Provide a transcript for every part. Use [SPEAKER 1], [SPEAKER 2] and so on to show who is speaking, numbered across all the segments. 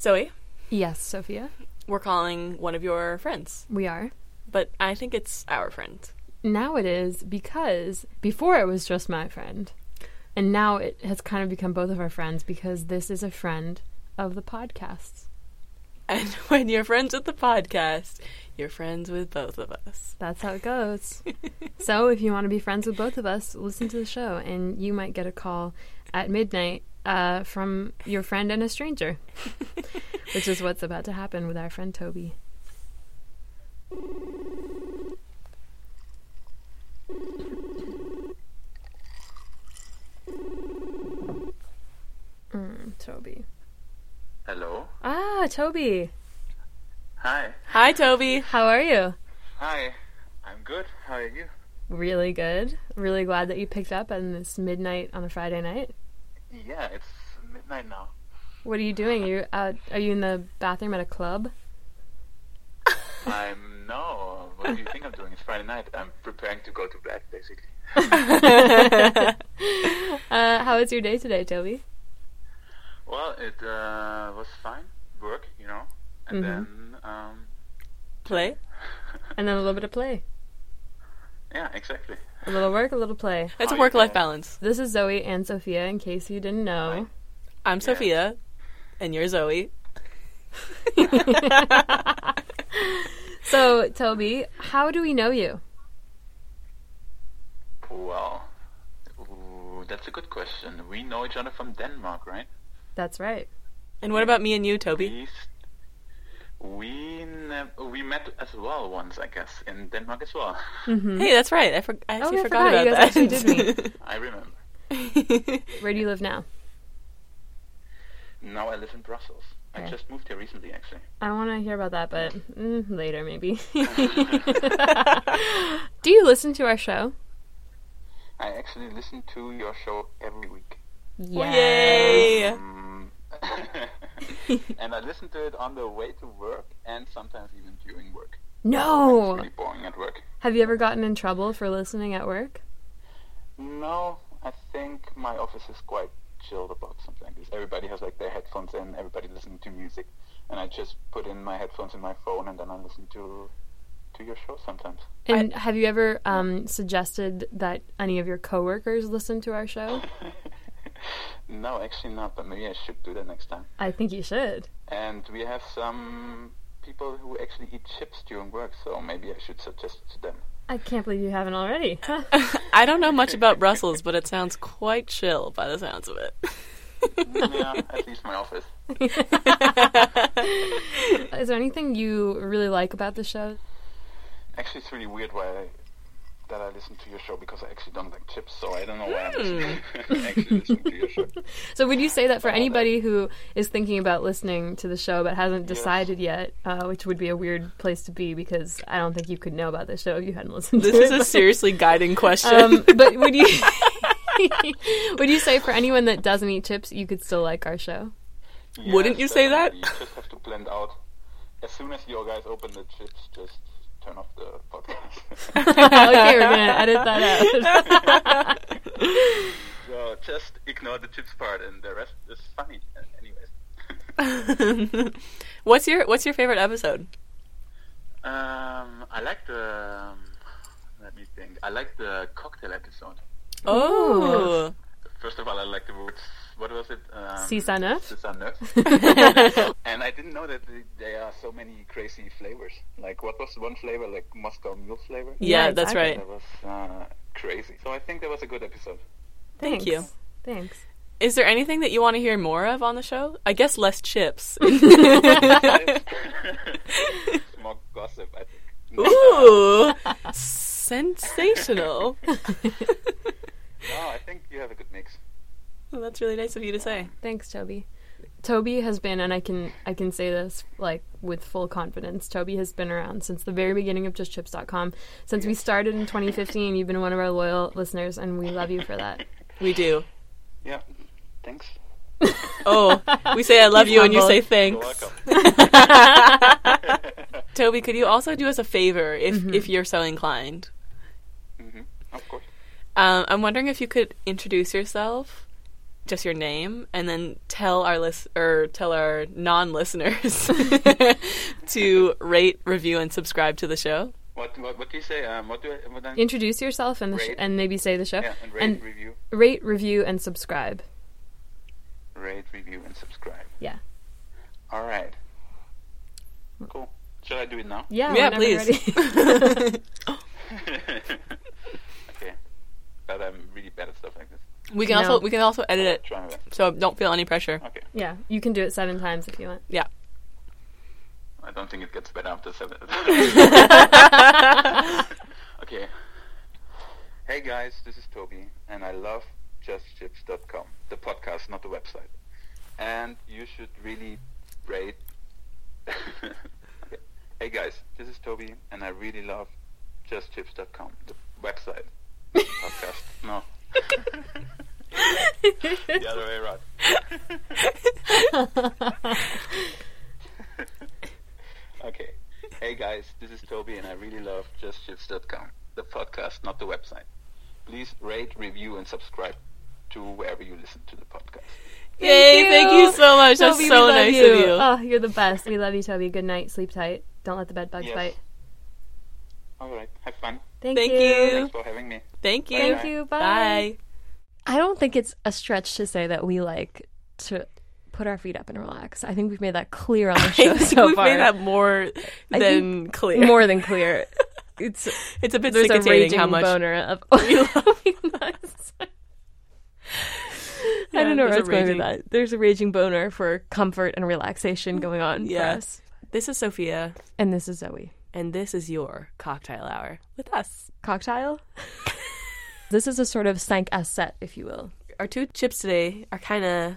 [SPEAKER 1] Zoe,
[SPEAKER 2] Yes, Sophia,
[SPEAKER 1] we're calling one of your friends,
[SPEAKER 2] we are.
[SPEAKER 1] but I think it's our friend.
[SPEAKER 2] Now it is because before it was just my friend. And now it has kind of become both of our friends because this is a friend of the podcast.
[SPEAKER 1] And when you're friends with the podcast, you're friends with both of us.
[SPEAKER 2] That's how it goes. so if you want to be friends with both of us, listen to the show and you might get a call at midnight uh, from your friend and a stranger, which is what's about to happen with our friend Toby. Mm, Toby.
[SPEAKER 3] Hello.
[SPEAKER 2] Ah, Toby.
[SPEAKER 3] Hi.
[SPEAKER 1] Hi, Toby.
[SPEAKER 2] How are you?
[SPEAKER 3] Hi. I'm good. How are you?
[SPEAKER 2] Really good. Really glad that you picked up on this midnight on a Friday night.
[SPEAKER 3] Yeah, it's midnight now.
[SPEAKER 2] What are you doing? You out? Are you in the bathroom at a club?
[SPEAKER 3] I'm no. What do you think I'm doing? It's Friday night. I'm preparing to go to bed, basically.
[SPEAKER 2] Uh, how was your day today, Toby?
[SPEAKER 3] Well, it uh, was fine. Work, you know, and then um,
[SPEAKER 1] Play?
[SPEAKER 2] And then a little bit of play,
[SPEAKER 3] yeah, exactly.
[SPEAKER 2] a little work, a little play.
[SPEAKER 1] That's a
[SPEAKER 3] Hi.
[SPEAKER 1] work life balance.
[SPEAKER 2] This is Zoe and Sophia. In case you didn't know,
[SPEAKER 1] I'm Sophia, and you're Zoe.
[SPEAKER 2] so Toby, how do we know you?
[SPEAKER 3] Well, ooh, that's a good question. We know each other from Denmark, right?
[SPEAKER 2] That's right.
[SPEAKER 1] And what about me and you, Toby?
[SPEAKER 3] We s- we nev- we met as well once, I guess, in Denmark as well.
[SPEAKER 1] Hey, that's right. I, for- I actually
[SPEAKER 2] Mm-hmm. Oh, yeah,
[SPEAKER 1] forgot,
[SPEAKER 2] I forgot. You
[SPEAKER 1] about
[SPEAKER 2] guys
[SPEAKER 1] that.
[SPEAKER 2] actually did
[SPEAKER 3] I remember.
[SPEAKER 2] Where do you live now?
[SPEAKER 3] Now I live in Brussels. I just moved here recently, actually.
[SPEAKER 2] I want to hear about that, but mm, later maybe. do you listen to our show?
[SPEAKER 3] I actually listen to your show every week.
[SPEAKER 1] Yay!
[SPEAKER 3] and I listen to it on the way to work and sometimes even during work.
[SPEAKER 2] No.
[SPEAKER 3] Pretty boring at work.
[SPEAKER 2] Have you ever gotten in trouble for listening at work?
[SPEAKER 3] No, I think my office is quite chilled about something like this. Everybody has like their headphones in, everybody listening to music, and I just put in my headphones in my phone and then I listen to to your show sometimes.
[SPEAKER 2] And have you ever um, suggested that any of your coworkers listen to our show?
[SPEAKER 3] No, actually not, but maybe I should do that next time.
[SPEAKER 2] I think you should.
[SPEAKER 3] And we have some people who actually eat chips during work, so maybe I should suggest it to them.
[SPEAKER 2] I can't believe you haven't already.
[SPEAKER 1] I don't know much about Brussels, but it sounds quite chill by the sounds of it.
[SPEAKER 3] yeah, at least my office.
[SPEAKER 2] Is there anything you really like about the show?
[SPEAKER 3] Actually, it's really weird why I, that I listen to your show because I actually don't like chips, so I don't know why I'm listening.
[SPEAKER 1] Hmm.
[SPEAKER 3] actually listening to your show.
[SPEAKER 2] So, would you say that for anybody who is thinking about listening to the show but hasn't decided yet, uh, which would be a weird place to be because I don't think you could know about the show if you hadn't listened to
[SPEAKER 1] This
[SPEAKER 2] it?
[SPEAKER 1] is a seriously guiding question.
[SPEAKER 2] um, but would you would you say for anyone that doesn't eat chips, you could still like our show?
[SPEAKER 1] Wouldn't you say that?
[SPEAKER 3] definitely. You just have to blend out. As soon as you guys open the chips, just turn off the podcast.
[SPEAKER 2] okay, we're gonna edit that out.
[SPEAKER 3] so just ignore the chips part, and the rest is funny. Uh, Anyways,
[SPEAKER 1] what's your What's your favorite episode?
[SPEAKER 3] um, I like the. Um, let me think. I like the cocktail episode.
[SPEAKER 1] Oh,
[SPEAKER 3] First of all, I like the word what was it? Um,
[SPEAKER 4] Sisa Neuf?
[SPEAKER 3] Sisa Neuf. and I didn't know that th- there are so many crazy flavors. Like, what was one flavor? Like Moscow Mule flavor?
[SPEAKER 1] Yeah,
[SPEAKER 4] Yeah,
[SPEAKER 1] that's
[SPEAKER 4] exactly.
[SPEAKER 1] right.
[SPEAKER 3] That was uh, crazy. So I think that was a good episode.
[SPEAKER 4] Thanks.
[SPEAKER 1] you.
[SPEAKER 4] Thanks.
[SPEAKER 1] Is there anything that you want to hear more of on the show? I guess less chips.
[SPEAKER 3] More gossip, I think.
[SPEAKER 1] Ooh, sensational.
[SPEAKER 3] No, I think you have a good mix.
[SPEAKER 1] Well, that's really nice of you to say.
[SPEAKER 4] Thanks, Toby. Toby has been, and I can I can say this like with full confidence. Toby has been around since the very beginning of JustChips.com. Since we started in 2015, you've been one of our loyal listeners, and we love you for that.
[SPEAKER 1] We do.
[SPEAKER 3] Yeah, thanks.
[SPEAKER 1] Oh, we say I love you and you say
[SPEAKER 3] You're
[SPEAKER 1] thanks.
[SPEAKER 3] welcome.
[SPEAKER 1] Toby, could you also do us a favor if, if you're so inclined?
[SPEAKER 3] of course.
[SPEAKER 1] Um, I'm wondering if you could introduce yourself, just your name, and then tell our list or tell our non-listeners to rate, review, and subscribe to the show.
[SPEAKER 3] What, what, what do you say? Um, what do I, what I,
[SPEAKER 4] Introduce yourself and the sh-
[SPEAKER 3] Rate.
[SPEAKER 4] and maybe say the show
[SPEAKER 3] yeah, and rate, review,
[SPEAKER 4] rate, review, and subscribe.
[SPEAKER 3] rate, review, and subscribe.
[SPEAKER 4] Yeah.
[SPEAKER 3] All right. Cool. Should I do it now?
[SPEAKER 4] Yeah.
[SPEAKER 1] Yeah,
[SPEAKER 4] Oh, whenever you're
[SPEAKER 1] please.
[SPEAKER 4] ready.
[SPEAKER 3] okay. But I'm really bad at stuff like this.
[SPEAKER 1] We can
[SPEAKER 4] No.
[SPEAKER 1] also we can also edit it,
[SPEAKER 3] Try my best.
[SPEAKER 1] so don't feel any pressure.
[SPEAKER 3] Okay.
[SPEAKER 4] yeah, you can do it seven times if you want.
[SPEAKER 1] Yeah.
[SPEAKER 3] I don't think it gets better after seven. okay. Hey guys, this is Toby, and I love JustChips.com, the podcast, not the website. And you should really rate. Okay. Hey guys, this is Toby, and I really love JustChips.com, the website, podcast. No. the other way around. Okay. Hey guys, this is Toby and I really love JustShips.com, the podcast, not the website. Please rate, review, and subscribe to wherever you listen to the podcast.
[SPEAKER 1] Yay! Thank you so much. That's
[SPEAKER 4] Toby, we
[SPEAKER 1] so
[SPEAKER 4] love
[SPEAKER 1] nice
[SPEAKER 4] you.
[SPEAKER 1] of you.
[SPEAKER 4] Oh, you're the best. We love you, Toby. Good night. Sleep tight. Don't let the bed bugs
[SPEAKER 3] Yes.
[SPEAKER 4] bite.
[SPEAKER 3] All right, have fun.
[SPEAKER 4] Thank,
[SPEAKER 1] Thank
[SPEAKER 4] you.
[SPEAKER 1] you.
[SPEAKER 3] Thanks for having me.
[SPEAKER 1] Thank you.
[SPEAKER 4] Thank you. Bye.
[SPEAKER 1] Bye.
[SPEAKER 2] I don't think it's a stretch to say that we like to put our feet up and relax. I think we've made that clear on the show
[SPEAKER 1] I think
[SPEAKER 2] so
[SPEAKER 1] we've
[SPEAKER 2] far.
[SPEAKER 1] made that more
[SPEAKER 2] I
[SPEAKER 1] than
[SPEAKER 2] think
[SPEAKER 1] clear.
[SPEAKER 2] More than clear. It's
[SPEAKER 1] It's a bit
[SPEAKER 2] there's a
[SPEAKER 1] sickening
[SPEAKER 2] raging
[SPEAKER 1] how much.
[SPEAKER 2] boner of we love you guys. I don't know
[SPEAKER 1] there's
[SPEAKER 2] where
[SPEAKER 1] a
[SPEAKER 2] I was going with
[SPEAKER 1] raging- Mm.
[SPEAKER 2] that. There's a raging boner for comfort and relaxation going on
[SPEAKER 1] Yeah.
[SPEAKER 2] for us.
[SPEAKER 1] This is Sophia,
[SPEAKER 2] And this is Zoe.
[SPEAKER 1] and this is your cocktail hour with us.
[SPEAKER 2] Cocktail? this is a sort of sank ass set, if you will.
[SPEAKER 1] Our two chips today are kind of.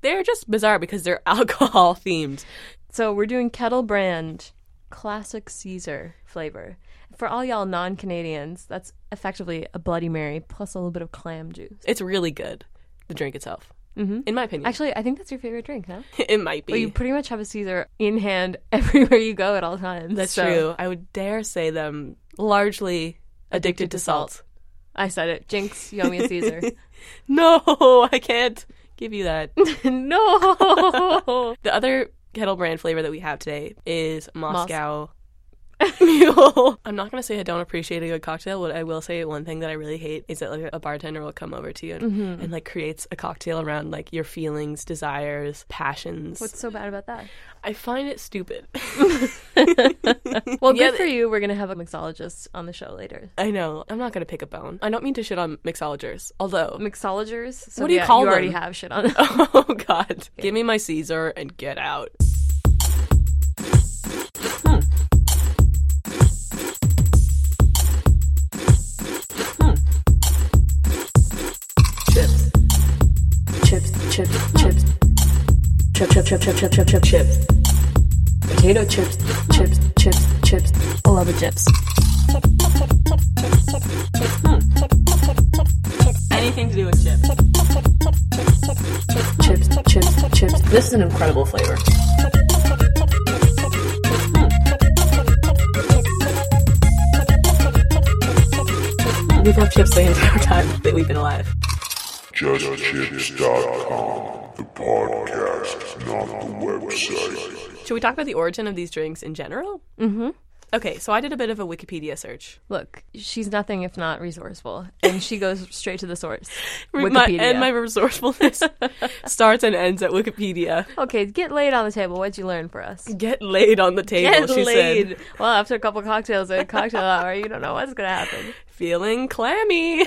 [SPEAKER 1] They're just bizarre because they're alcohol themed.
[SPEAKER 2] So we're doing Kettle Brand classic Caesar flavor. For all y'all non-Canadians, that's effectively a Bloody Mary plus a little bit of clam juice.
[SPEAKER 1] It's really good, the drink itself. Mm-hmm. In my opinion.
[SPEAKER 2] Actually, I think that's your favorite drink, no?
[SPEAKER 1] it might be.
[SPEAKER 2] Well, you pretty much have a Caesar in hand everywhere you go at all times.
[SPEAKER 1] That's
[SPEAKER 2] so-
[SPEAKER 1] true. I would dare say them largely addicted, to salt.
[SPEAKER 2] I said it. Jinx, you owe me a Caesar.
[SPEAKER 1] No, I can't give you that.
[SPEAKER 2] no.
[SPEAKER 1] The other kettle brand flavor that we have today is Moscow Mule. I'm not going to say I don't appreciate a good cocktail, but I will say one thing that I really hate is that like a bartender will come over to you and,
[SPEAKER 2] Mm-hmm.
[SPEAKER 1] and like creates a cocktail around like your feelings, desires, passions.
[SPEAKER 2] What's so bad about that?
[SPEAKER 1] I find it stupid.
[SPEAKER 2] Well,
[SPEAKER 1] Yeah,
[SPEAKER 2] good for you. We're gonna have a mixologist on the show later.
[SPEAKER 1] I know. I'm not going to pick a bone. I don't mean to shit on mixologers, although
[SPEAKER 2] Mixologers. So
[SPEAKER 1] What do you
[SPEAKER 2] yeah,
[SPEAKER 1] call
[SPEAKER 2] you already
[SPEAKER 1] them?
[SPEAKER 2] have shit on.
[SPEAKER 1] Oh god. Give me my Caesar and get out.
[SPEAKER 5] chips, chips, chips. Chip, chip, chip, chip, chip, chip, chip, chips. Potato chips, chips, chips, chips. I love the chips.
[SPEAKER 1] Anything to do with chips.
[SPEAKER 5] Chips, chips, chips. This is an incredible flavor.
[SPEAKER 1] Hmm. We've had chips the entire time that we've been alive.
[SPEAKER 6] JustChips.com, the podcast, not the website.
[SPEAKER 1] Should we talk about the origin of these drinks in general? Mm-hmm. Okay, so I did a bit of a Wikipedia search.
[SPEAKER 2] Look, she's nothing if not resourceful, and she goes straight to the source. Wikipedia.
[SPEAKER 1] My- and my resourcefulness starts and ends at Wikipedia.
[SPEAKER 2] okay, get laid on the table. What'd you learn for us?
[SPEAKER 1] Get laid on the table,
[SPEAKER 2] Get
[SPEAKER 1] she
[SPEAKER 2] laid.
[SPEAKER 1] said.
[SPEAKER 2] Well, after a couple cocktails at cocktail hour, you don't know what's gonna happen.
[SPEAKER 1] Feeling clammy.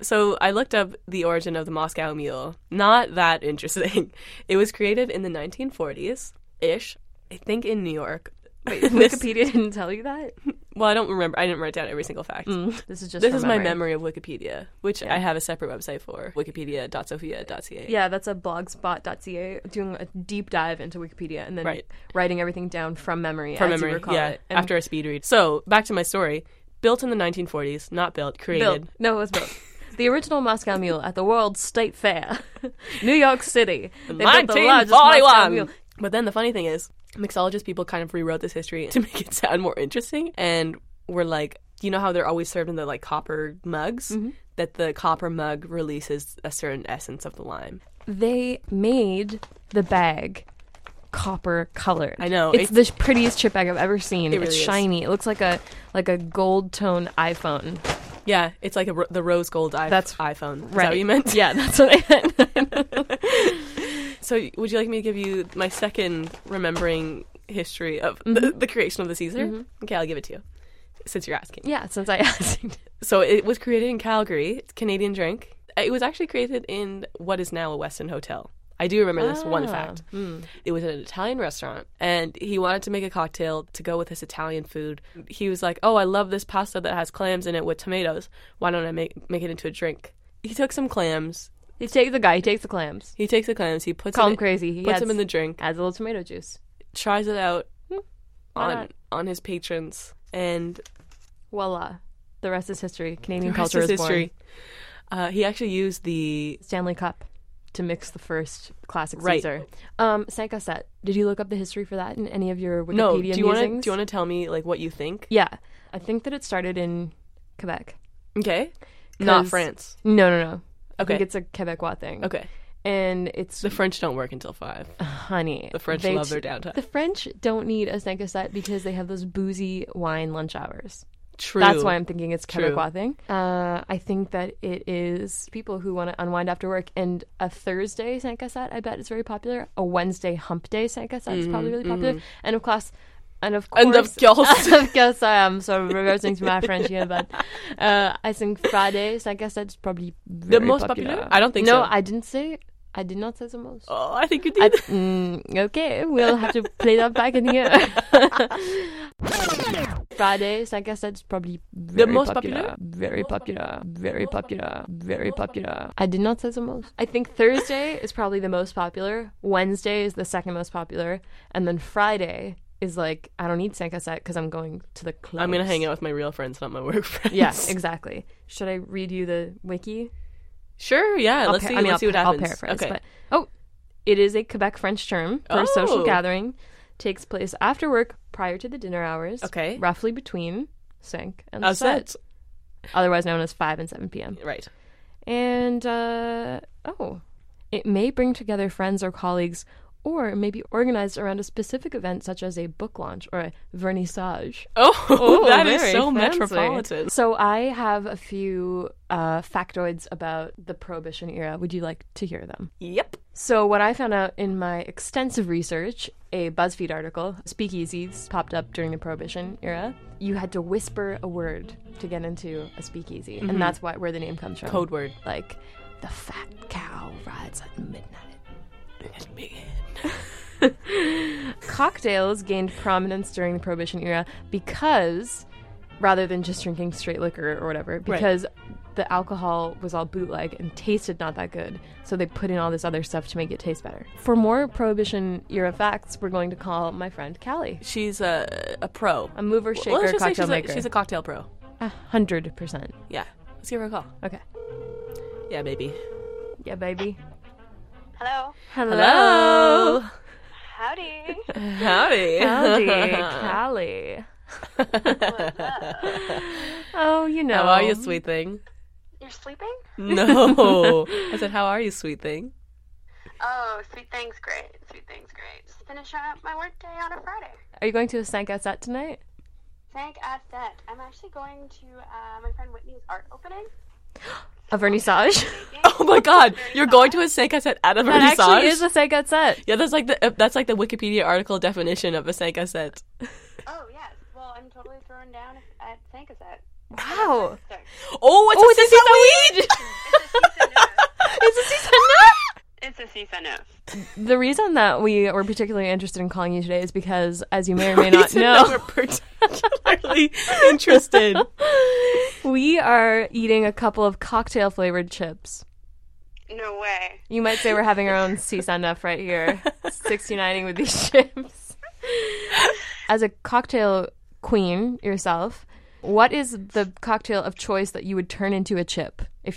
[SPEAKER 1] so I looked up the origin of the Moscow Mule. Not that interesting. It was created in the 1940s ish, I think in New York.
[SPEAKER 2] Wait,
[SPEAKER 1] This-
[SPEAKER 2] Wikipedia didn't tell you that.
[SPEAKER 1] Well, I don't remember. I didn't write down every single fact.
[SPEAKER 2] This is Mm, just
[SPEAKER 1] This
[SPEAKER 2] from
[SPEAKER 1] is my memory of Wikipedia, which I have a separate website for wikipedia.sophia.ca.
[SPEAKER 2] Yeah, that's a blogspot.ca doing a deep dive into Wikipedia and then
[SPEAKER 1] Right.
[SPEAKER 2] writing everything down from memory
[SPEAKER 1] from
[SPEAKER 2] as you
[SPEAKER 1] memory.
[SPEAKER 2] recall
[SPEAKER 1] yeah,
[SPEAKER 2] it. And
[SPEAKER 1] after a speed read. So back to my story. Built in the 1940s, not built,
[SPEAKER 2] built.
[SPEAKER 1] created.
[SPEAKER 2] No, it was built. the original Moscow Mule at the World State Fair, New York City. They built the largest Moscow
[SPEAKER 1] 1941.
[SPEAKER 2] Mule.
[SPEAKER 1] But then the funny thing is, mixologist people kind of rewrote this history to make it sound more interesting, and were like, you know how they're always served in the like copper mugs.
[SPEAKER 2] Mm-hmm.
[SPEAKER 1] That the copper mug releases a certain essence of the lime.
[SPEAKER 2] They made the bag copper colored.
[SPEAKER 1] I know,
[SPEAKER 2] It's, the prettiest chip bag I've ever seen.
[SPEAKER 1] It
[SPEAKER 2] it's
[SPEAKER 1] really is.
[SPEAKER 2] shiny. It looks like a like a gold tone iPhone.
[SPEAKER 1] Yeah, it's like a, ro- the rose gold I-
[SPEAKER 2] That's-
[SPEAKER 1] iPhone. Is that what you meant?
[SPEAKER 2] Yeah, that's what I meant.
[SPEAKER 1] So, would you like me to give you my second remembering history of
[SPEAKER 2] Mm-hmm.
[SPEAKER 1] the, the creation of the Caesar? Okay, I'll give it to you since you're asking.
[SPEAKER 2] yeah, since I asked.
[SPEAKER 1] So, it was created in Calgary. It's a Canadian drink. It was actually created in what is now a Weston Hotel. I do remember this
[SPEAKER 2] Ah.
[SPEAKER 1] one fact.
[SPEAKER 2] Hmm.
[SPEAKER 1] It was an Italian restaurant, and he wanted to make a cocktail to go with his Italian food. He was like, "Oh, I love this pasta that has clams in it with tomatoes. Why don't I make make it into a drink?" He took some clams.
[SPEAKER 2] You take the guy. He takes the clams.
[SPEAKER 1] He takes the clams. He puts
[SPEAKER 2] Call
[SPEAKER 1] them
[SPEAKER 2] him crazy. He
[SPEAKER 1] puts
[SPEAKER 2] adds-
[SPEAKER 1] them in the drink.
[SPEAKER 2] Adds a little tomato juice.
[SPEAKER 1] tries it out
[SPEAKER 2] Hmm. why
[SPEAKER 1] on
[SPEAKER 2] not?
[SPEAKER 1] on his patrons and
[SPEAKER 2] Voila. The rest is history. Canadian
[SPEAKER 1] the rest
[SPEAKER 2] culture
[SPEAKER 1] is
[SPEAKER 2] is born.
[SPEAKER 1] history. Uh, he actually used the
[SPEAKER 2] Stanley Cup to mix the first classic
[SPEAKER 1] Right.
[SPEAKER 2] Caesar. Um, Sanka set. Did you look up the history for that in any of your Wikipedia
[SPEAKER 1] no. Do you want to do
[SPEAKER 2] musings?
[SPEAKER 1] you want to tell me like what you think?
[SPEAKER 2] Yeah, I think that it started in Quebec.
[SPEAKER 1] Okay, not
[SPEAKER 2] 'Cause-
[SPEAKER 1] France.
[SPEAKER 2] No, no, no. I
[SPEAKER 1] Okay,
[SPEAKER 2] think it's a Quebecois thing.
[SPEAKER 1] okay.
[SPEAKER 2] and it's
[SPEAKER 1] The French don't work until five.
[SPEAKER 2] honey.
[SPEAKER 1] The French
[SPEAKER 2] They
[SPEAKER 1] love
[SPEAKER 2] t-
[SPEAKER 1] their downtime.
[SPEAKER 2] The French don't need a Sanka set because they have those boozy wine lunch hours.
[SPEAKER 1] True.
[SPEAKER 2] That's why I'm thinking it's
[SPEAKER 1] True.
[SPEAKER 2] Quebecois thing. Uh, I think that it is people who want to unwind after work. And a Thursday Sankaset, I bet, is very popular. A Wednesday Hump Day Sankaset is probably really popular. And of course, and of course,
[SPEAKER 1] Mm, And of course.
[SPEAKER 2] of course, I am sort of reversing to my French here, but uh, I think Friday Sankaset is probably very
[SPEAKER 1] most popular? I don't think
[SPEAKER 2] no,
[SPEAKER 1] so.
[SPEAKER 2] I didn't say. I did not say the most.
[SPEAKER 1] Oh, I think you did.
[SPEAKER 2] I, mm, okay, we'll have to play that back in here. Fridays, like I said, is probably very
[SPEAKER 1] most popular?
[SPEAKER 2] very popular, very popular, very popular. I did not say the most. I think Thursday is probably the most popular. Wednesday is the second most popular, and then Friday is like I don't need Sanka set because I'm going to the club.
[SPEAKER 1] I'm gonna hang out with my real friends, not my work friends.
[SPEAKER 2] Yeah, exactly. Should I read you the wiki?
[SPEAKER 1] Sure. Yeah.
[SPEAKER 2] I'll
[SPEAKER 1] let's
[SPEAKER 2] par-
[SPEAKER 1] see.
[SPEAKER 2] I mean,
[SPEAKER 1] let's
[SPEAKER 2] I'll,
[SPEAKER 1] see what
[SPEAKER 2] I'll
[SPEAKER 1] happens.
[SPEAKER 2] paraphrase,
[SPEAKER 1] okay.
[SPEAKER 2] but oh, it is a Quebec French term for a social
[SPEAKER 1] Oh.
[SPEAKER 2] gathering. Takes place after work, prior to the dinner hours.
[SPEAKER 1] Okay.
[SPEAKER 2] roughly between cinq and
[SPEAKER 1] Oh,
[SPEAKER 2] sept,
[SPEAKER 1] set.
[SPEAKER 2] otherwise known as five and seven p.m.
[SPEAKER 1] Right.
[SPEAKER 2] And uh, oh, it may bring together friends or colleagues, or it may be organized around a specific event such as a book launch or a vernissage.
[SPEAKER 1] Oh, that is
[SPEAKER 2] very
[SPEAKER 1] so
[SPEAKER 2] fancy.
[SPEAKER 1] metropolitan.
[SPEAKER 2] So I have a few uh, factoids about the Prohibition era. Would you like to hear them?
[SPEAKER 1] Yep.
[SPEAKER 2] So, what I found out in my extensive research, a BuzzFeed article, speakeasies popped up during the Prohibition era. You had to whisper a word to get into a speakeasy, and that's why, where the name comes from.
[SPEAKER 1] Mm-hmm. Code word.
[SPEAKER 2] Like, the fat cow rides at midnight. Cocktails gained prominence during the Prohibition era because, rather than just drinking straight liquor or whatever, because the alcohol was all bootleg and tasted not that good. So they put in all this other stuff to make it taste better. For more Prohibition era facts, we're going to call my friend Callie.
[SPEAKER 1] She's a a pro.
[SPEAKER 2] A mover,
[SPEAKER 1] Well,
[SPEAKER 2] shaker,
[SPEAKER 1] let's just say
[SPEAKER 2] cocktail
[SPEAKER 1] she's
[SPEAKER 2] maker.
[SPEAKER 1] A, she's a cocktail pro.
[SPEAKER 2] A hundred percent.
[SPEAKER 1] Yeah. Let's give her a call.
[SPEAKER 2] Okay.
[SPEAKER 1] Yeah, baby.
[SPEAKER 2] Yeah, baby.
[SPEAKER 6] Hello.
[SPEAKER 2] Hello.
[SPEAKER 6] Howdy.
[SPEAKER 1] Howdy.
[SPEAKER 2] Howdy, Callie. oh, you know.
[SPEAKER 1] How are you, sweet thing?
[SPEAKER 6] You're sleeping?
[SPEAKER 1] No. I said, How are you, sweet thing?
[SPEAKER 6] Oh, sweet thing's great. Sweet thing's great. Just finishing up my work day on a Friday.
[SPEAKER 2] Are you going to a Sanka set tonight?
[SPEAKER 6] Thank ass that. I'm actually going to uh, my friend Whitney's art opening.
[SPEAKER 2] A vernissage.
[SPEAKER 1] Oh my god, you're going to a Seika set at a
[SPEAKER 2] that
[SPEAKER 1] vernissage?
[SPEAKER 2] actually is a Sega set.
[SPEAKER 1] yeah, that's like the uh, that's like the Wikipedia article definition of a Seika set.
[SPEAKER 6] Oh yes. Well, I'm totally thrown down at Sanka's set.
[SPEAKER 2] Wow.
[SPEAKER 6] Sorry.
[SPEAKER 1] Oh, it's a Seika
[SPEAKER 2] it's a It's
[SPEAKER 6] It's
[SPEAKER 2] a season nut.
[SPEAKER 6] It's a Sisanos.
[SPEAKER 2] The reason that we were particularly interested in calling you today is because, as you may or may not know,
[SPEAKER 1] we're particularly interested.
[SPEAKER 2] we are eating a couple of cocktail flavored chips.
[SPEAKER 6] No way.
[SPEAKER 2] You might say we're having our own sea sun up right here, 69ing with these chips. As a cocktail queen yourself, what is the cocktail of choice that you would turn into a chip if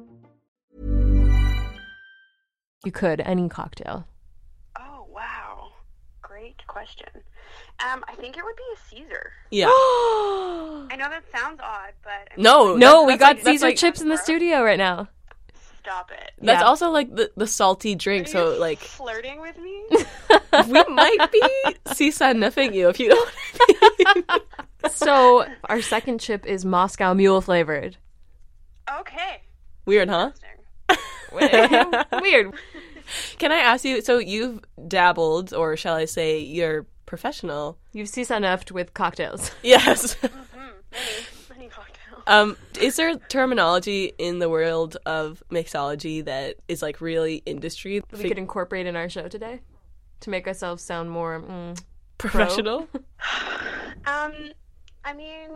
[SPEAKER 2] you could any cocktail?
[SPEAKER 6] Oh wow. Great question. Um, I think it would be a Caesar.
[SPEAKER 1] Yeah.
[SPEAKER 6] I know that sounds odd, but I mean,
[SPEAKER 1] No,
[SPEAKER 2] No,
[SPEAKER 1] Oh, that-
[SPEAKER 2] we
[SPEAKER 1] that's
[SPEAKER 2] got
[SPEAKER 1] like- that's
[SPEAKER 2] Caesar
[SPEAKER 1] like-
[SPEAKER 2] chips in the studio right now.
[SPEAKER 6] stop it.
[SPEAKER 1] That's
[SPEAKER 2] Yeah.
[SPEAKER 1] also like the, the salty drink,
[SPEAKER 6] Are
[SPEAKER 1] so
[SPEAKER 6] you
[SPEAKER 1] like
[SPEAKER 6] flirting with me?
[SPEAKER 1] we might be seaside nothing you if you don't
[SPEAKER 2] So, our second chip is Moscow Mule flavored.
[SPEAKER 6] okay.
[SPEAKER 1] Weird, huh?
[SPEAKER 2] Weird.
[SPEAKER 1] Can I ask you? So you've dabbled, or shall I say, you're professional?
[SPEAKER 2] You've sea sun effed with cocktails.
[SPEAKER 1] Yes.
[SPEAKER 6] Mini cocktail.
[SPEAKER 1] Um, is there terminology in the world of mixology that is like really industry
[SPEAKER 2] We could incorporate in our show today to make ourselves sound more. Mm,
[SPEAKER 1] professional?
[SPEAKER 6] Um, I mean,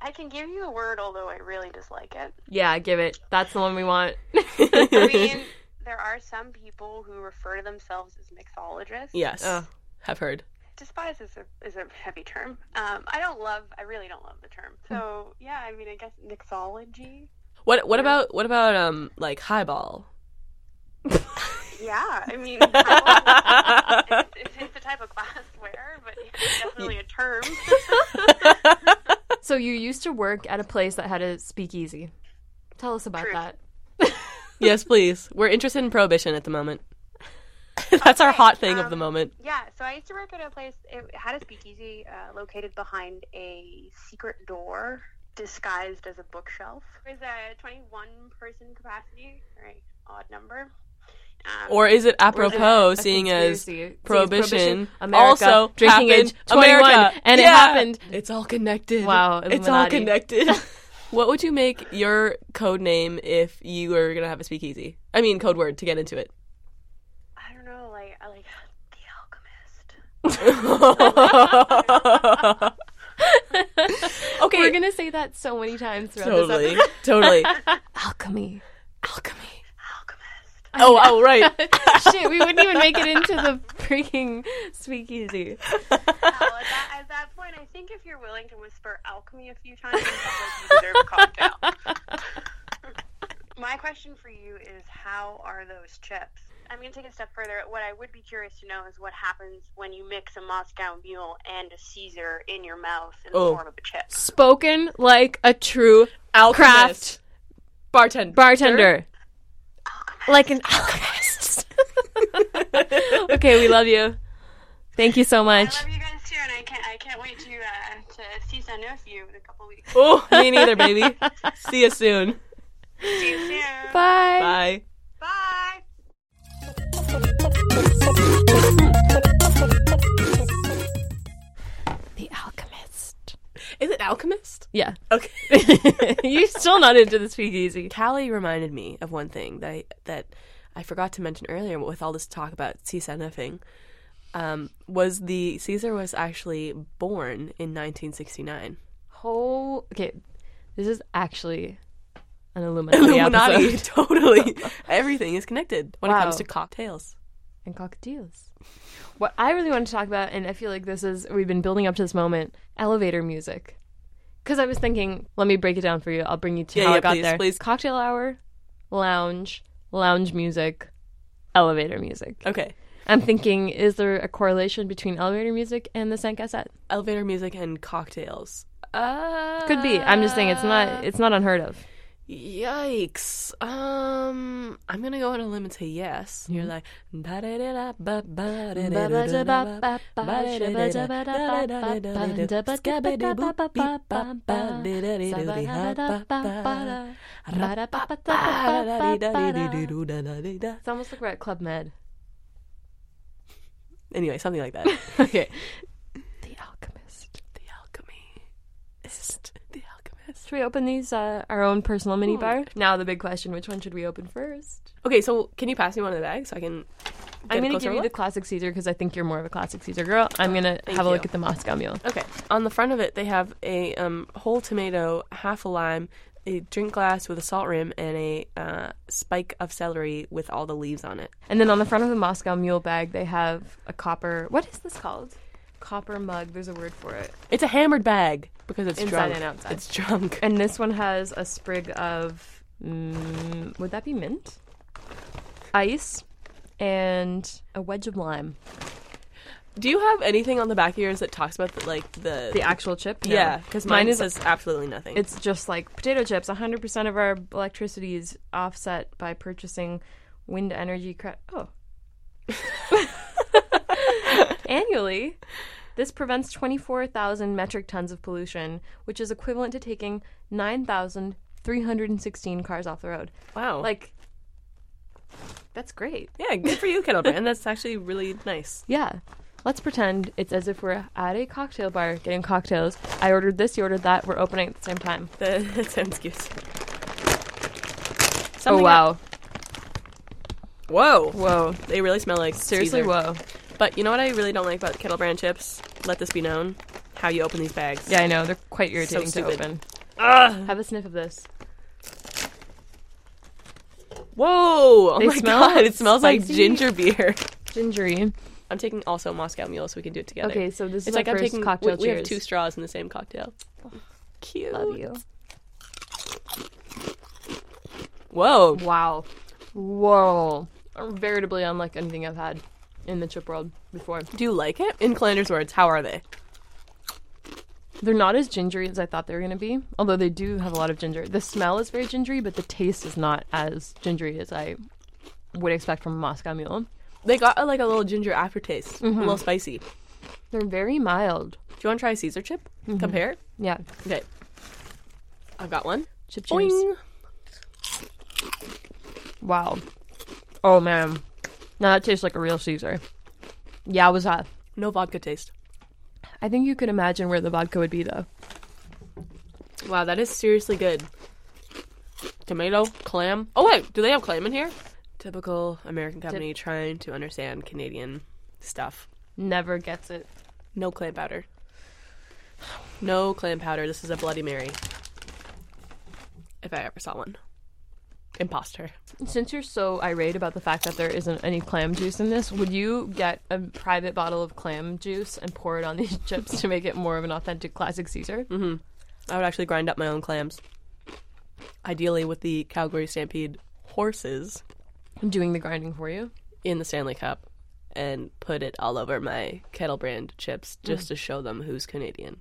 [SPEAKER 6] I can give you a word, although I really dislike it.
[SPEAKER 2] yeah, give it. That's the one we want.
[SPEAKER 6] I mean, there are some people who refer to themselves as mixologists.
[SPEAKER 1] Yes,
[SPEAKER 2] Uh.
[SPEAKER 1] have heard.
[SPEAKER 6] Despise is a, is a heavy term. Um, I don't love, I really don't love the term. So, yeah, I mean, I guess mixology.
[SPEAKER 1] What What about what about um like highball?
[SPEAKER 6] Yeah, I mean, I don't know. it's, it's, it's a type of glassware, but it's definitely a term.
[SPEAKER 2] so, you used to work at a place that had a speakeasy. Tell us about
[SPEAKER 6] Truth.
[SPEAKER 2] that.
[SPEAKER 1] yes, please. We're interested in prohibition at the moment. That's our hot thing of the
[SPEAKER 6] um,
[SPEAKER 1] moment.
[SPEAKER 6] yeah, so I used to work at a place, it had a speakeasy uh, located behind a secret door disguised as a bookshelf. It was a 21 person capacity, very odd number. Um,
[SPEAKER 1] Or is it apropos,
[SPEAKER 2] A
[SPEAKER 1] seeing as
[SPEAKER 2] conspiracy. Seeing as
[SPEAKER 1] prohibition,
[SPEAKER 2] America,
[SPEAKER 1] also
[SPEAKER 2] drinking
[SPEAKER 1] happened,
[SPEAKER 2] age 21,
[SPEAKER 1] America.
[SPEAKER 2] and it
[SPEAKER 1] Yeah.
[SPEAKER 2] happened.
[SPEAKER 1] It's all connected.
[SPEAKER 2] Wow,
[SPEAKER 1] it's all
[SPEAKER 2] Illuminati.
[SPEAKER 1] connected. what would you make your code name if you were gonna have a speakeasy? I mean, code word to get into it.
[SPEAKER 6] I don't know, like I like the alchemist.
[SPEAKER 1] okay,
[SPEAKER 2] We're going to say that so many times throughout this
[SPEAKER 1] totally,
[SPEAKER 2] episode.
[SPEAKER 1] totally.
[SPEAKER 2] Alchemy.
[SPEAKER 1] Alchemy.
[SPEAKER 6] Alchemist.
[SPEAKER 1] Oh, oh, right.
[SPEAKER 2] Shit, we wouldn't even make it into the freaking speakeasy.
[SPEAKER 6] well, at, that, at that point, I think if you're willing to whisper alchemy a few times, in public, you deserve a cocktail. My question for you is, how are those chips? I'm going to take it a step further. What I would be curious to know is what happens when you mix a Moscow Mule and a Caesar in your mouth in the
[SPEAKER 1] Oh.
[SPEAKER 6] form of a chip.
[SPEAKER 2] Spoken like a true
[SPEAKER 1] Alchemist. Bartender.
[SPEAKER 2] bartender. Like an alchemist. okay, we love you. Thank you so
[SPEAKER 6] I
[SPEAKER 2] much.
[SPEAKER 6] love you guys too, and I can't. I can't wait to uh, to see some of you in a couple weeks.
[SPEAKER 1] Oh, me neither, baby. See you soon.
[SPEAKER 6] See you soon.
[SPEAKER 2] Bye.
[SPEAKER 1] Bye.
[SPEAKER 6] Bye.
[SPEAKER 2] The Yeah.
[SPEAKER 1] Okay.
[SPEAKER 2] You're still not into the speakeasy.
[SPEAKER 1] Callie reminded me of one thing that I, that I forgot to mention earlier with all this talk about CSNFing. Um, was the Caesar was actually born in 1969.
[SPEAKER 2] Oh, okay. This is actually an Illuminati.
[SPEAKER 1] Illuminati,
[SPEAKER 2] episode.
[SPEAKER 1] totally. Everything is connected when it comes
[SPEAKER 2] Wow.
[SPEAKER 1] to cocktails.
[SPEAKER 2] and cockatiels. What I really want to talk about, and I feel like this is, we've been building up to this moment elevator music. Because I was thinking, let me break it down for you. I'll bring you to
[SPEAKER 1] Yeah,
[SPEAKER 2] how
[SPEAKER 1] yeah,
[SPEAKER 2] I got
[SPEAKER 1] please,
[SPEAKER 2] there.
[SPEAKER 1] please.
[SPEAKER 2] Cocktail hour, lounge, lounge music, elevator music.
[SPEAKER 1] Okay.
[SPEAKER 2] I'm thinking, is there a correlation between elevator music and the Sank cassette?
[SPEAKER 1] Elevator music and cocktails.
[SPEAKER 2] Could be. I'm just saying it's not it's not unheard of.
[SPEAKER 1] Yikes. Um, I'm gonna go on a limb and say yes.
[SPEAKER 2] Mm-hmm.
[SPEAKER 1] You're like
[SPEAKER 2] It's almost like we're at Club Med.
[SPEAKER 1] anyway, something like that.
[SPEAKER 2] okay. The Alchemist.
[SPEAKER 1] The alchemist. The alchemist.
[SPEAKER 2] Should we open these uh, our own personal mini bar? Hmm. Now the big question: Which one should we open first?
[SPEAKER 1] Okay, so can you pass me one of the bags so I can?
[SPEAKER 2] I'm
[SPEAKER 1] going
[SPEAKER 2] gonna
[SPEAKER 1] to
[SPEAKER 2] give you the classic Caesar because I think you're more of a classic Caesar girl. I'm gonna
[SPEAKER 1] Thank
[SPEAKER 2] have a
[SPEAKER 1] you.
[SPEAKER 2] look at the Moscow Mule.
[SPEAKER 1] Okay. On the front of it, they have a um, whole tomato, half a lime, a drink glass with a salt rim, and a uh, spike of celery with all the leaves on it.
[SPEAKER 2] And then on the front of the Moscow Mule bag, they have a copper. What is this called? Copper mug. There's a word for it.
[SPEAKER 1] It's a hammered bag because it's
[SPEAKER 2] Inside
[SPEAKER 1] drunk.
[SPEAKER 2] and outside.
[SPEAKER 1] It's drunk.
[SPEAKER 2] And this one has a sprig of. Mm, would that be mint? Ice, and a wedge of lime.
[SPEAKER 1] Do you have anything on the back of yours that talks about the, like the?
[SPEAKER 2] The actual chip. No.
[SPEAKER 1] yeah, because mine,
[SPEAKER 2] mine is
[SPEAKER 1] says absolutely nothing.
[SPEAKER 2] it's just like potato chips 100% of our electricity is offset by purchasing wind energy credit oh annually this prevents 24,000 metric tons of pollution which is equivalent to taking 9,316 cars off the road
[SPEAKER 1] wow.
[SPEAKER 2] like that's great
[SPEAKER 1] yeah, good for you, Kettle Brand. That's actually really nice.
[SPEAKER 2] yeah let's pretend it's as if we're at a cocktail bar getting cocktails i ordered this you ordered that we're opening at the same time
[SPEAKER 1] That, that sounds cute.
[SPEAKER 2] oh
[SPEAKER 1] Something
[SPEAKER 2] wow
[SPEAKER 1] that- whoa!
[SPEAKER 2] whoa
[SPEAKER 1] They really smell like
[SPEAKER 2] seriously
[SPEAKER 1] Caesar.
[SPEAKER 2] whoa
[SPEAKER 1] But you know what I really don't like about Kettle Brand chips? Let this be known. How you open these bags.
[SPEAKER 2] Yeah, I know. They're quite irritating to
[SPEAKER 1] stupid.
[SPEAKER 2] open. Have a sniff of this.
[SPEAKER 1] Whoa! Oh
[SPEAKER 2] They
[SPEAKER 1] my
[SPEAKER 2] smell
[SPEAKER 1] god, it smells like
[SPEAKER 2] spicy.
[SPEAKER 1] ginger beer.
[SPEAKER 2] Gingery.
[SPEAKER 1] I'm taking also Moscow Mule so we can do it together.
[SPEAKER 2] Okay, so this is
[SPEAKER 1] it's
[SPEAKER 2] our
[SPEAKER 1] like
[SPEAKER 2] first
[SPEAKER 1] I'm taking
[SPEAKER 2] cocktail
[SPEAKER 1] we, we have
[SPEAKER 2] cheers.
[SPEAKER 1] two straws in the same cocktail. Cute.
[SPEAKER 2] Love you.
[SPEAKER 1] Whoa.
[SPEAKER 2] Wow. Whoa. Veritably unlike anything I've had in the chip world before.
[SPEAKER 1] Do you like it? In Calendar's words, how are they?
[SPEAKER 2] They're not as gingery as I thought they were going to be, although they do have a lot of ginger. The smell is very gingery, but the taste is not as gingery as I would expect from a Moscow Mule.
[SPEAKER 1] They got uh, like a little ginger aftertaste,
[SPEAKER 2] Mm-hmm.
[SPEAKER 1] a little spicy. Do
[SPEAKER 2] They're very mild.
[SPEAKER 1] you want to try a Caesar chip?
[SPEAKER 2] Mm-hmm.
[SPEAKER 1] Compare it?
[SPEAKER 2] Yeah.
[SPEAKER 1] Okay. I've got one.
[SPEAKER 2] Chip cheers.
[SPEAKER 1] Boing.
[SPEAKER 2] Wow. Oh, man. Now that tastes like a real Caesar. Yeah, it was hot.
[SPEAKER 1] No vodka taste.
[SPEAKER 2] I think you could imagine where the vodka would be, though.
[SPEAKER 1] Wow, that is seriously good. Tomato, clam. Oh wait, do they have clam in here? Typical American company trying to understand Canadian stuff.
[SPEAKER 2] Never gets it.
[SPEAKER 1] No clam powder. No clam powder. This is a Bloody Mary. If I ever saw one. Imposter.
[SPEAKER 2] Since you're so irate about the fact that there isn't any clam juice in this, would you get a private bottle of clam juice and pour it on these chips to make it more of an authentic classic Caesar?
[SPEAKER 1] I would actually grind up my own clams. Ideally with the Calgary Stampede horses
[SPEAKER 2] I'm doing the grinding for you.
[SPEAKER 1] in the Stanley Cup and put it all over my kettle brand chips
[SPEAKER 2] Mm.
[SPEAKER 1] just to show them who's Canadian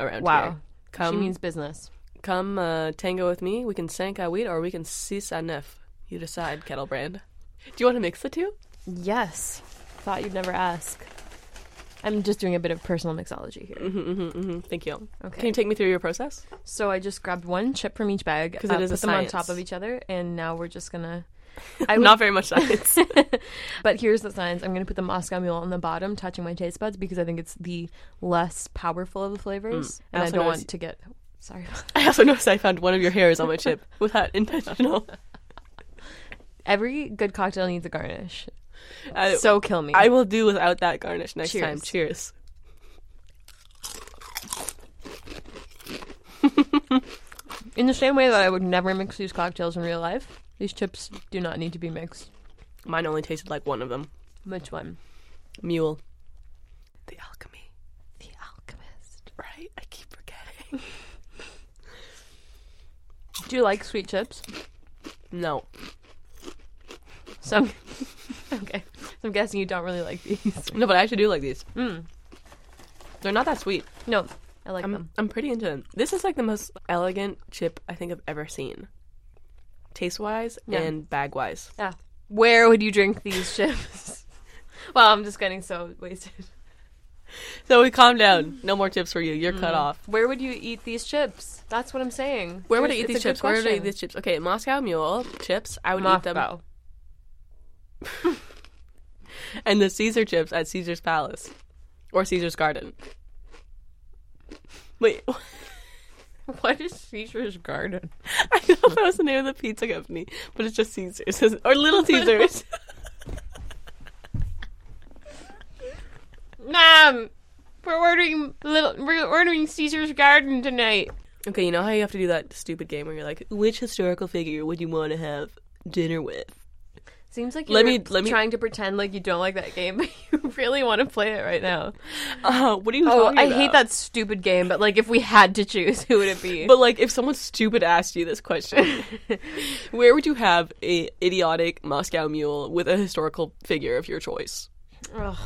[SPEAKER 1] around here.
[SPEAKER 2] she
[SPEAKER 1] Come
[SPEAKER 2] means business.
[SPEAKER 1] come uh, tango with me. We can Sanka weed or we can Sisa Nef. You decide, Kettle Brand. Do you want to mix the two?
[SPEAKER 2] Yes. Thought you'd never ask. I'm just doing a bit of personal mixology here.
[SPEAKER 1] Thank you.
[SPEAKER 2] Okay.
[SPEAKER 1] Can you take me through your process?
[SPEAKER 2] So I just grabbed one chip from each bag, uh,
[SPEAKER 1] 'Cause it is a
[SPEAKER 2] put them on
[SPEAKER 1] science.
[SPEAKER 2] top of each other, and now we're just gonna. I
[SPEAKER 1] Not very much science.
[SPEAKER 2] but here's the signs. I'm going to put the Moscow Mule on the bottom, touching my taste buds because I think it's the less powerful of the flavors, and
[SPEAKER 1] Mm,
[SPEAKER 2] I
[SPEAKER 1] also
[SPEAKER 2] don't
[SPEAKER 1] noticed-
[SPEAKER 2] want to get Sorry.
[SPEAKER 1] I also noticed I found one of your hairs on my chip without intentional.
[SPEAKER 2] Every good cocktail needs a garnish.
[SPEAKER 1] I-
[SPEAKER 2] so kill me.
[SPEAKER 1] Uh, I will do without that garnish next
[SPEAKER 2] Cheers.
[SPEAKER 1] time. Cheers.
[SPEAKER 2] In the same way that I would never mix these cocktails in real life, these chips do not need to be mixed.
[SPEAKER 1] Mine only tasted like one of them.
[SPEAKER 2] Which one?
[SPEAKER 1] Mule.
[SPEAKER 2] The Alchemist.
[SPEAKER 1] Right? I keep forgetting.
[SPEAKER 2] Do you like sweet chips?
[SPEAKER 1] No.
[SPEAKER 2] So I'm- okay. So I'm guessing you don't really like these.
[SPEAKER 1] No, but I actually do like these.
[SPEAKER 2] Mm.
[SPEAKER 1] They're not that sweet.
[SPEAKER 2] No, I like
[SPEAKER 1] I'm,
[SPEAKER 2] them.
[SPEAKER 1] I'm pretty into them. This is like the most elegant chip I think I've ever seen. Taste wise
[SPEAKER 2] Yeah.
[SPEAKER 1] and bag wise.
[SPEAKER 2] Yeah. Where would you drink these chips? well, I'm just getting so wasted.
[SPEAKER 1] So we calm down. No more tips for you. You're cut off.
[SPEAKER 2] Where would you eat these chips? That's what I'm saying.
[SPEAKER 1] Where would I
[SPEAKER 2] There's-
[SPEAKER 1] eat these
[SPEAKER 2] it's a good
[SPEAKER 1] chips? Where would I eat
[SPEAKER 2] question.
[SPEAKER 1] these chips? Okay, Moscow Mule chips. I would eat them.
[SPEAKER 2] Moscow.
[SPEAKER 1] And the Caesar chips at Caesar's Palace or Caesar's Garden. Wait,
[SPEAKER 2] What is Caesar's Garden?
[SPEAKER 1] I thought that was the name of the pizza company, but it's just Caesar's isn't- or Little Caesar's. um,
[SPEAKER 2] Mom, we're ordering little. We're ordering Caesar's Garden tonight.
[SPEAKER 1] okay, you know how you have to do that stupid game where you're like, which historical figure would you want to have dinner with?
[SPEAKER 2] Seems like you're
[SPEAKER 1] Let me- let me-
[SPEAKER 2] trying to pretend like you don't like that game, but you really want to play it right now.
[SPEAKER 1] Uh, what are you
[SPEAKER 2] Oh,
[SPEAKER 1] talking
[SPEAKER 2] I
[SPEAKER 1] about?
[SPEAKER 2] hate that stupid game. But like, if we had to choose, who would it be?
[SPEAKER 1] But like, if someone stupid asked you this question, where would you have a idiotic Moscow mule with a historical figure of your choice?
[SPEAKER 2] Ugh.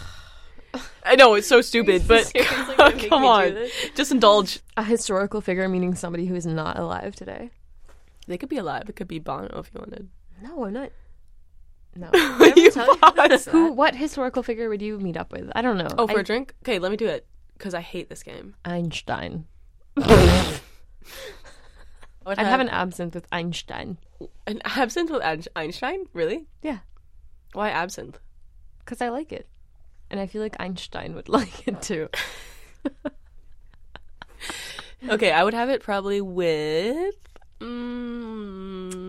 [SPEAKER 1] I know it's so stupid, but
[SPEAKER 2] Seriously gonna make
[SPEAKER 1] come
[SPEAKER 2] me do
[SPEAKER 1] on,
[SPEAKER 2] this?
[SPEAKER 1] just indulge.
[SPEAKER 2] a historical figure meaning somebody who is not alive today.
[SPEAKER 1] They could be alive. It could be Bono if you wanted.
[SPEAKER 2] No, I'm not. No.
[SPEAKER 1] You
[SPEAKER 2] Tell you
[SPEAKER 1] paused.
[SPEAKER 2] Who? What historical figure would you meet up with? I don't know.
[SPEAKER 1] Oh, for
[SPEAKER 2] I-
[SPEAKER 1] a drink? Okay, let me do it because I hate this game.
[SPEAKER 2] Einstein.
[SPEAKER 1] I would
[SPEAKER 2] I'd have an absinthe with Einstein.
[SPEAKER 1] an absinthe with Ein- Einstein. Really?
[SPEAKER 2] Yeah,
[SPEAKER 1] Why absinthe?
[SPEAKER 2] because I like it, and I feel like Einstein would like it too.
[SPEAKER 1] Okay, I would have it probably with. Mm,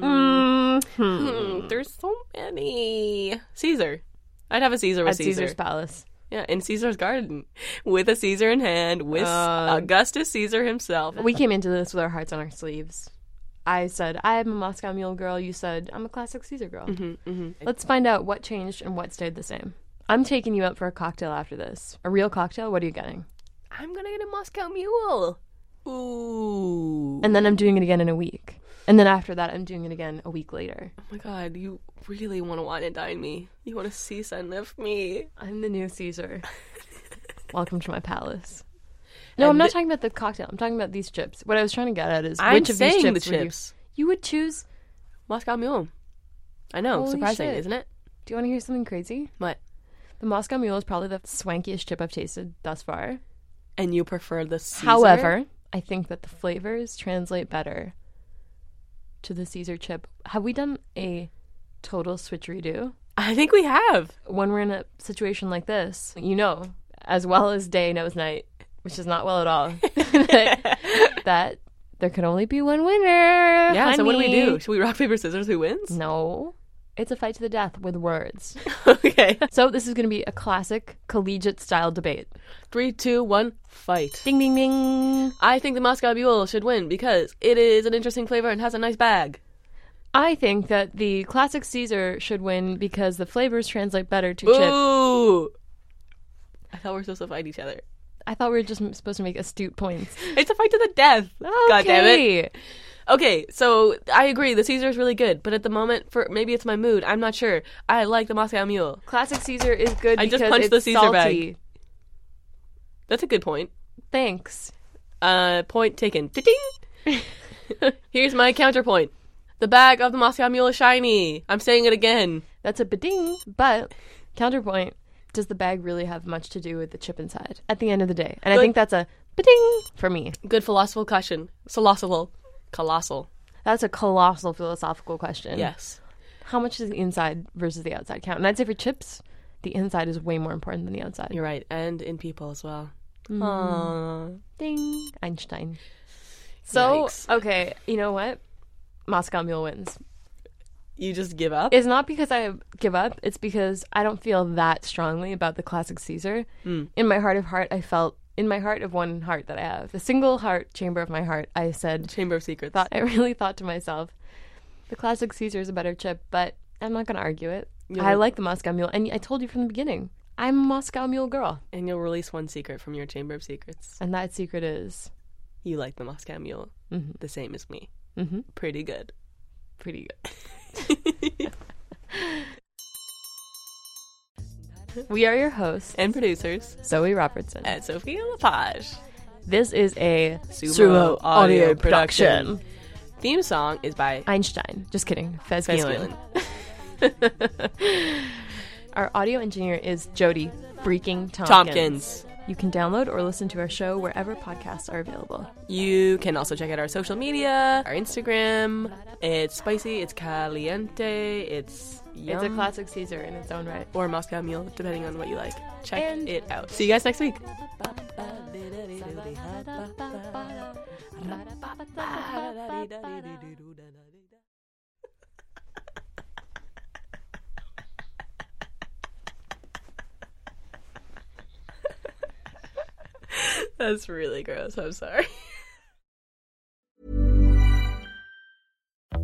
[SPEAKER 2] Mm-hmm.
[SPEAKER 1] Hmm, there's so many. Caesar. I'd have a Caesar with
[SPEAKER 2] At
[SPEAKER 1] Caesar.
[SPEAKER 2] Caesar's Palace.
[SPEAKER 1] Yeah, in Caesar's garden, with a Caesar in hand, with
[SPEAKER 2] Uh,
[SPEAKER 1] Augustus Caesar himself.
[SPEAKER 2] We came into this with our hearts on our sleeves. I said, I'm a Moscow Mule girl. You said, I'm a classic Caesar girl. Let's find out what changed and what stayed the same. I'm taking you out for a cocktail after this. A real cocktail? What are you getting?
[SPEAKER 1] I'm gonna get a Moscow Mule. Ooh.
[SPEAKER 2] And then I'm doing it again in a week. And then after that, I'm doing it again a week later.
[SPEAKER 1] oh my God, you really want to wine and dine me. You want to cease and lift me.
[SPEAKER 2] I'm the new Caesar. Welcome to my palace. No, I'm
[SPEAKER 1] And
[SPEAKER 2] not
[SPEAKER 1] the-
[SPEAKER 2] talking about the cocktail. I'm talking about these chips. What I was trying to get at is
[SPEAKER 1] I'm
[SPEAKER 2] which of
[SPEAKER 1] saying
[SPEAKER 2] these chips,
[SPEAKER 1] the
[SPEAKER 2] would you-
[SPEAKER 1] chips.
[SPEAKER 2] you would choose.
[SPEAKER 1] Moscow Mule. I know,
[SPEAKER 2] Holy
[SPEAKER 1] surprising,
[SPEAKER 2] shit.
[SPEAKER 1] isn't it?
[SPEAKER 2] Do you want to hear something crazy?
[SPEAKER 1] What?
[SPEAKER 2] The Moscow Mule is probably the swankiest chip I've tasted thus far.
[SPEAKER 1] And you prefer the Caesar?
[SPEAKER 2] However, I think that the flavors translate better to the Caesar chip. Have we done a total switcheroo?
[SPEAKER 1] I think we have.
[SPEAKER 2] When we're in a situation like this, you know, as well as day knows night, which is not well at all, that, that there can only be one winner.
[SPEAKER 1] Yeah, so what do we
[SPEAKER 2] honey.
[SPEAKER 1] do? Should we rock, paper, scissors? Who wins?
[SPEAKER 2] No. It's a fight to the death with words.
[SPEAKER 1] okay.
[SPEAKER 2] so this is going to be a classic collegiate style debate.
[SPEAKER 1] Three, two, one, fight.
[SPEAKER 2] Ding ding ding.
[SPEAKER 1] I think the Moscow Mule should win because it is an interesting flavor and has a nice bag.
[SPEAKER 2] I think that the classic Caesar should win because the flavors translate better to chips.
[SPEAKER 1] Ooh! I thought we were supposed to fight each other.
[SPEAKER 2] I thought we were just m- supposed to make astute points.
[SPEAKER 1] It's a fight to the death. God damn it.
[SPEAKER 2] Okay.
[SPEAKER 1] Okay, so I agree. The Caesar is really good, but at the moment, for maybe it's my mood. I'm not sure. I like the Moscow Mule.
[SPEAKER 2] Classic Caesar is good
[SPEAKER 1] I
[SPEAKER 2] because
[SPEAKER 1] just punched
[SPEAKER 2] it's
[SPEAKER 1] the Caesar bag.
[SPEAKER 2] salty.
[SPEAKER 1] That's a good point.
[SPEAKER 2] Thanks.
[SPEAKER 1] Uh, point taken. Ding. Here's my counterpoint. The bag of the Moscow Mule is shiny. I'm saying it again.
[SPEAKER 2] That's a bading, but counterpoint, does the bag really have much to do with the chip inside at the end of the day? And I
[SPEAKER 1] Good.
[SPEAKER 2] think that's a bading for me.
[SPEAKER 1] Good philosophical caution. Colossal. Colossal.
[SPEAKER 2] That's a colossal philosophical question.
[SPEAKER 1] Yes.
[SPEAKER 2] How much does the inside versus the outside count? And I'd say for chips, the inside is way more important than the outside.
[SPEAKER 1] You're right. And in people as well.
[SPEAKER 2] Ding. Einstein. So okay, you know what? Moscow Mule wins.
[SPEAKER 1] You just give up.
[SPEAKER 2] It's not because I give up. It's because I don't feel that strongly about the classic Caesar.
[SPEAKER 1] Mm.
[SPEAKER 2] In my heart of heart, I felt in my heart of one heart that I have, the single heart chamber of my heart, I said
[SPEAKER 1] Chamber of Secrets.
[SPEAKER 2] Thought I really thought to myself, the classic Caesar is a better chip, but I'm not going to argue it.
[SPEAKER 1] You'll-
[SPEAKER 2] I like the Moscow Mule, and I told you from the beginning, I'm a Moscow Mule girl,
[SPEAKER 1] and you'll release one secret from your Chamber of Secrets.
[SPEAKER 2] and that secret is
[SPEAKER 1] You like the Moscow Mule the same as me.
[SPEAKER 2] Mhm.
[SPEAKER 1] Pretty good.
[SPEAKER 2] pretty good. we are your hosts
[SPEAKER 1] And producers
[SPEAKER 2] Zoe Robertson.
[SPEAKER 1] at Sophia Lepage.
[SPEAKER 2] This is a
[SPEAKER 1] Sumo
[SPEAKER 2] Sumo
[SPEAKER 1] Audio Production. Theme song is by
[SPEAKER 2] Einstein. Just kidding. Fez,
[SPEAKER 1] Fez
[SPEAKER 2] Galen. our audio engineer is Jody freaking Tompkins.
[SPEAKER 1] Tompkins.
[SPEAKER 2] You can download or listen to our show wherever podcasts are available.
[SPEAKER 1] You can also check out our social media, our Instagram. It's spicy, it's caliente, it's yum,
[SPEAKER 2] It's a classic Caesar in its own right.
[SPEAKER 1] or Moscow Mule, depending on what you like. Check
[SPEAKER 2] And-
[SPEAKER 1] it out. See you guys next week. That's really gross. I'm sorry.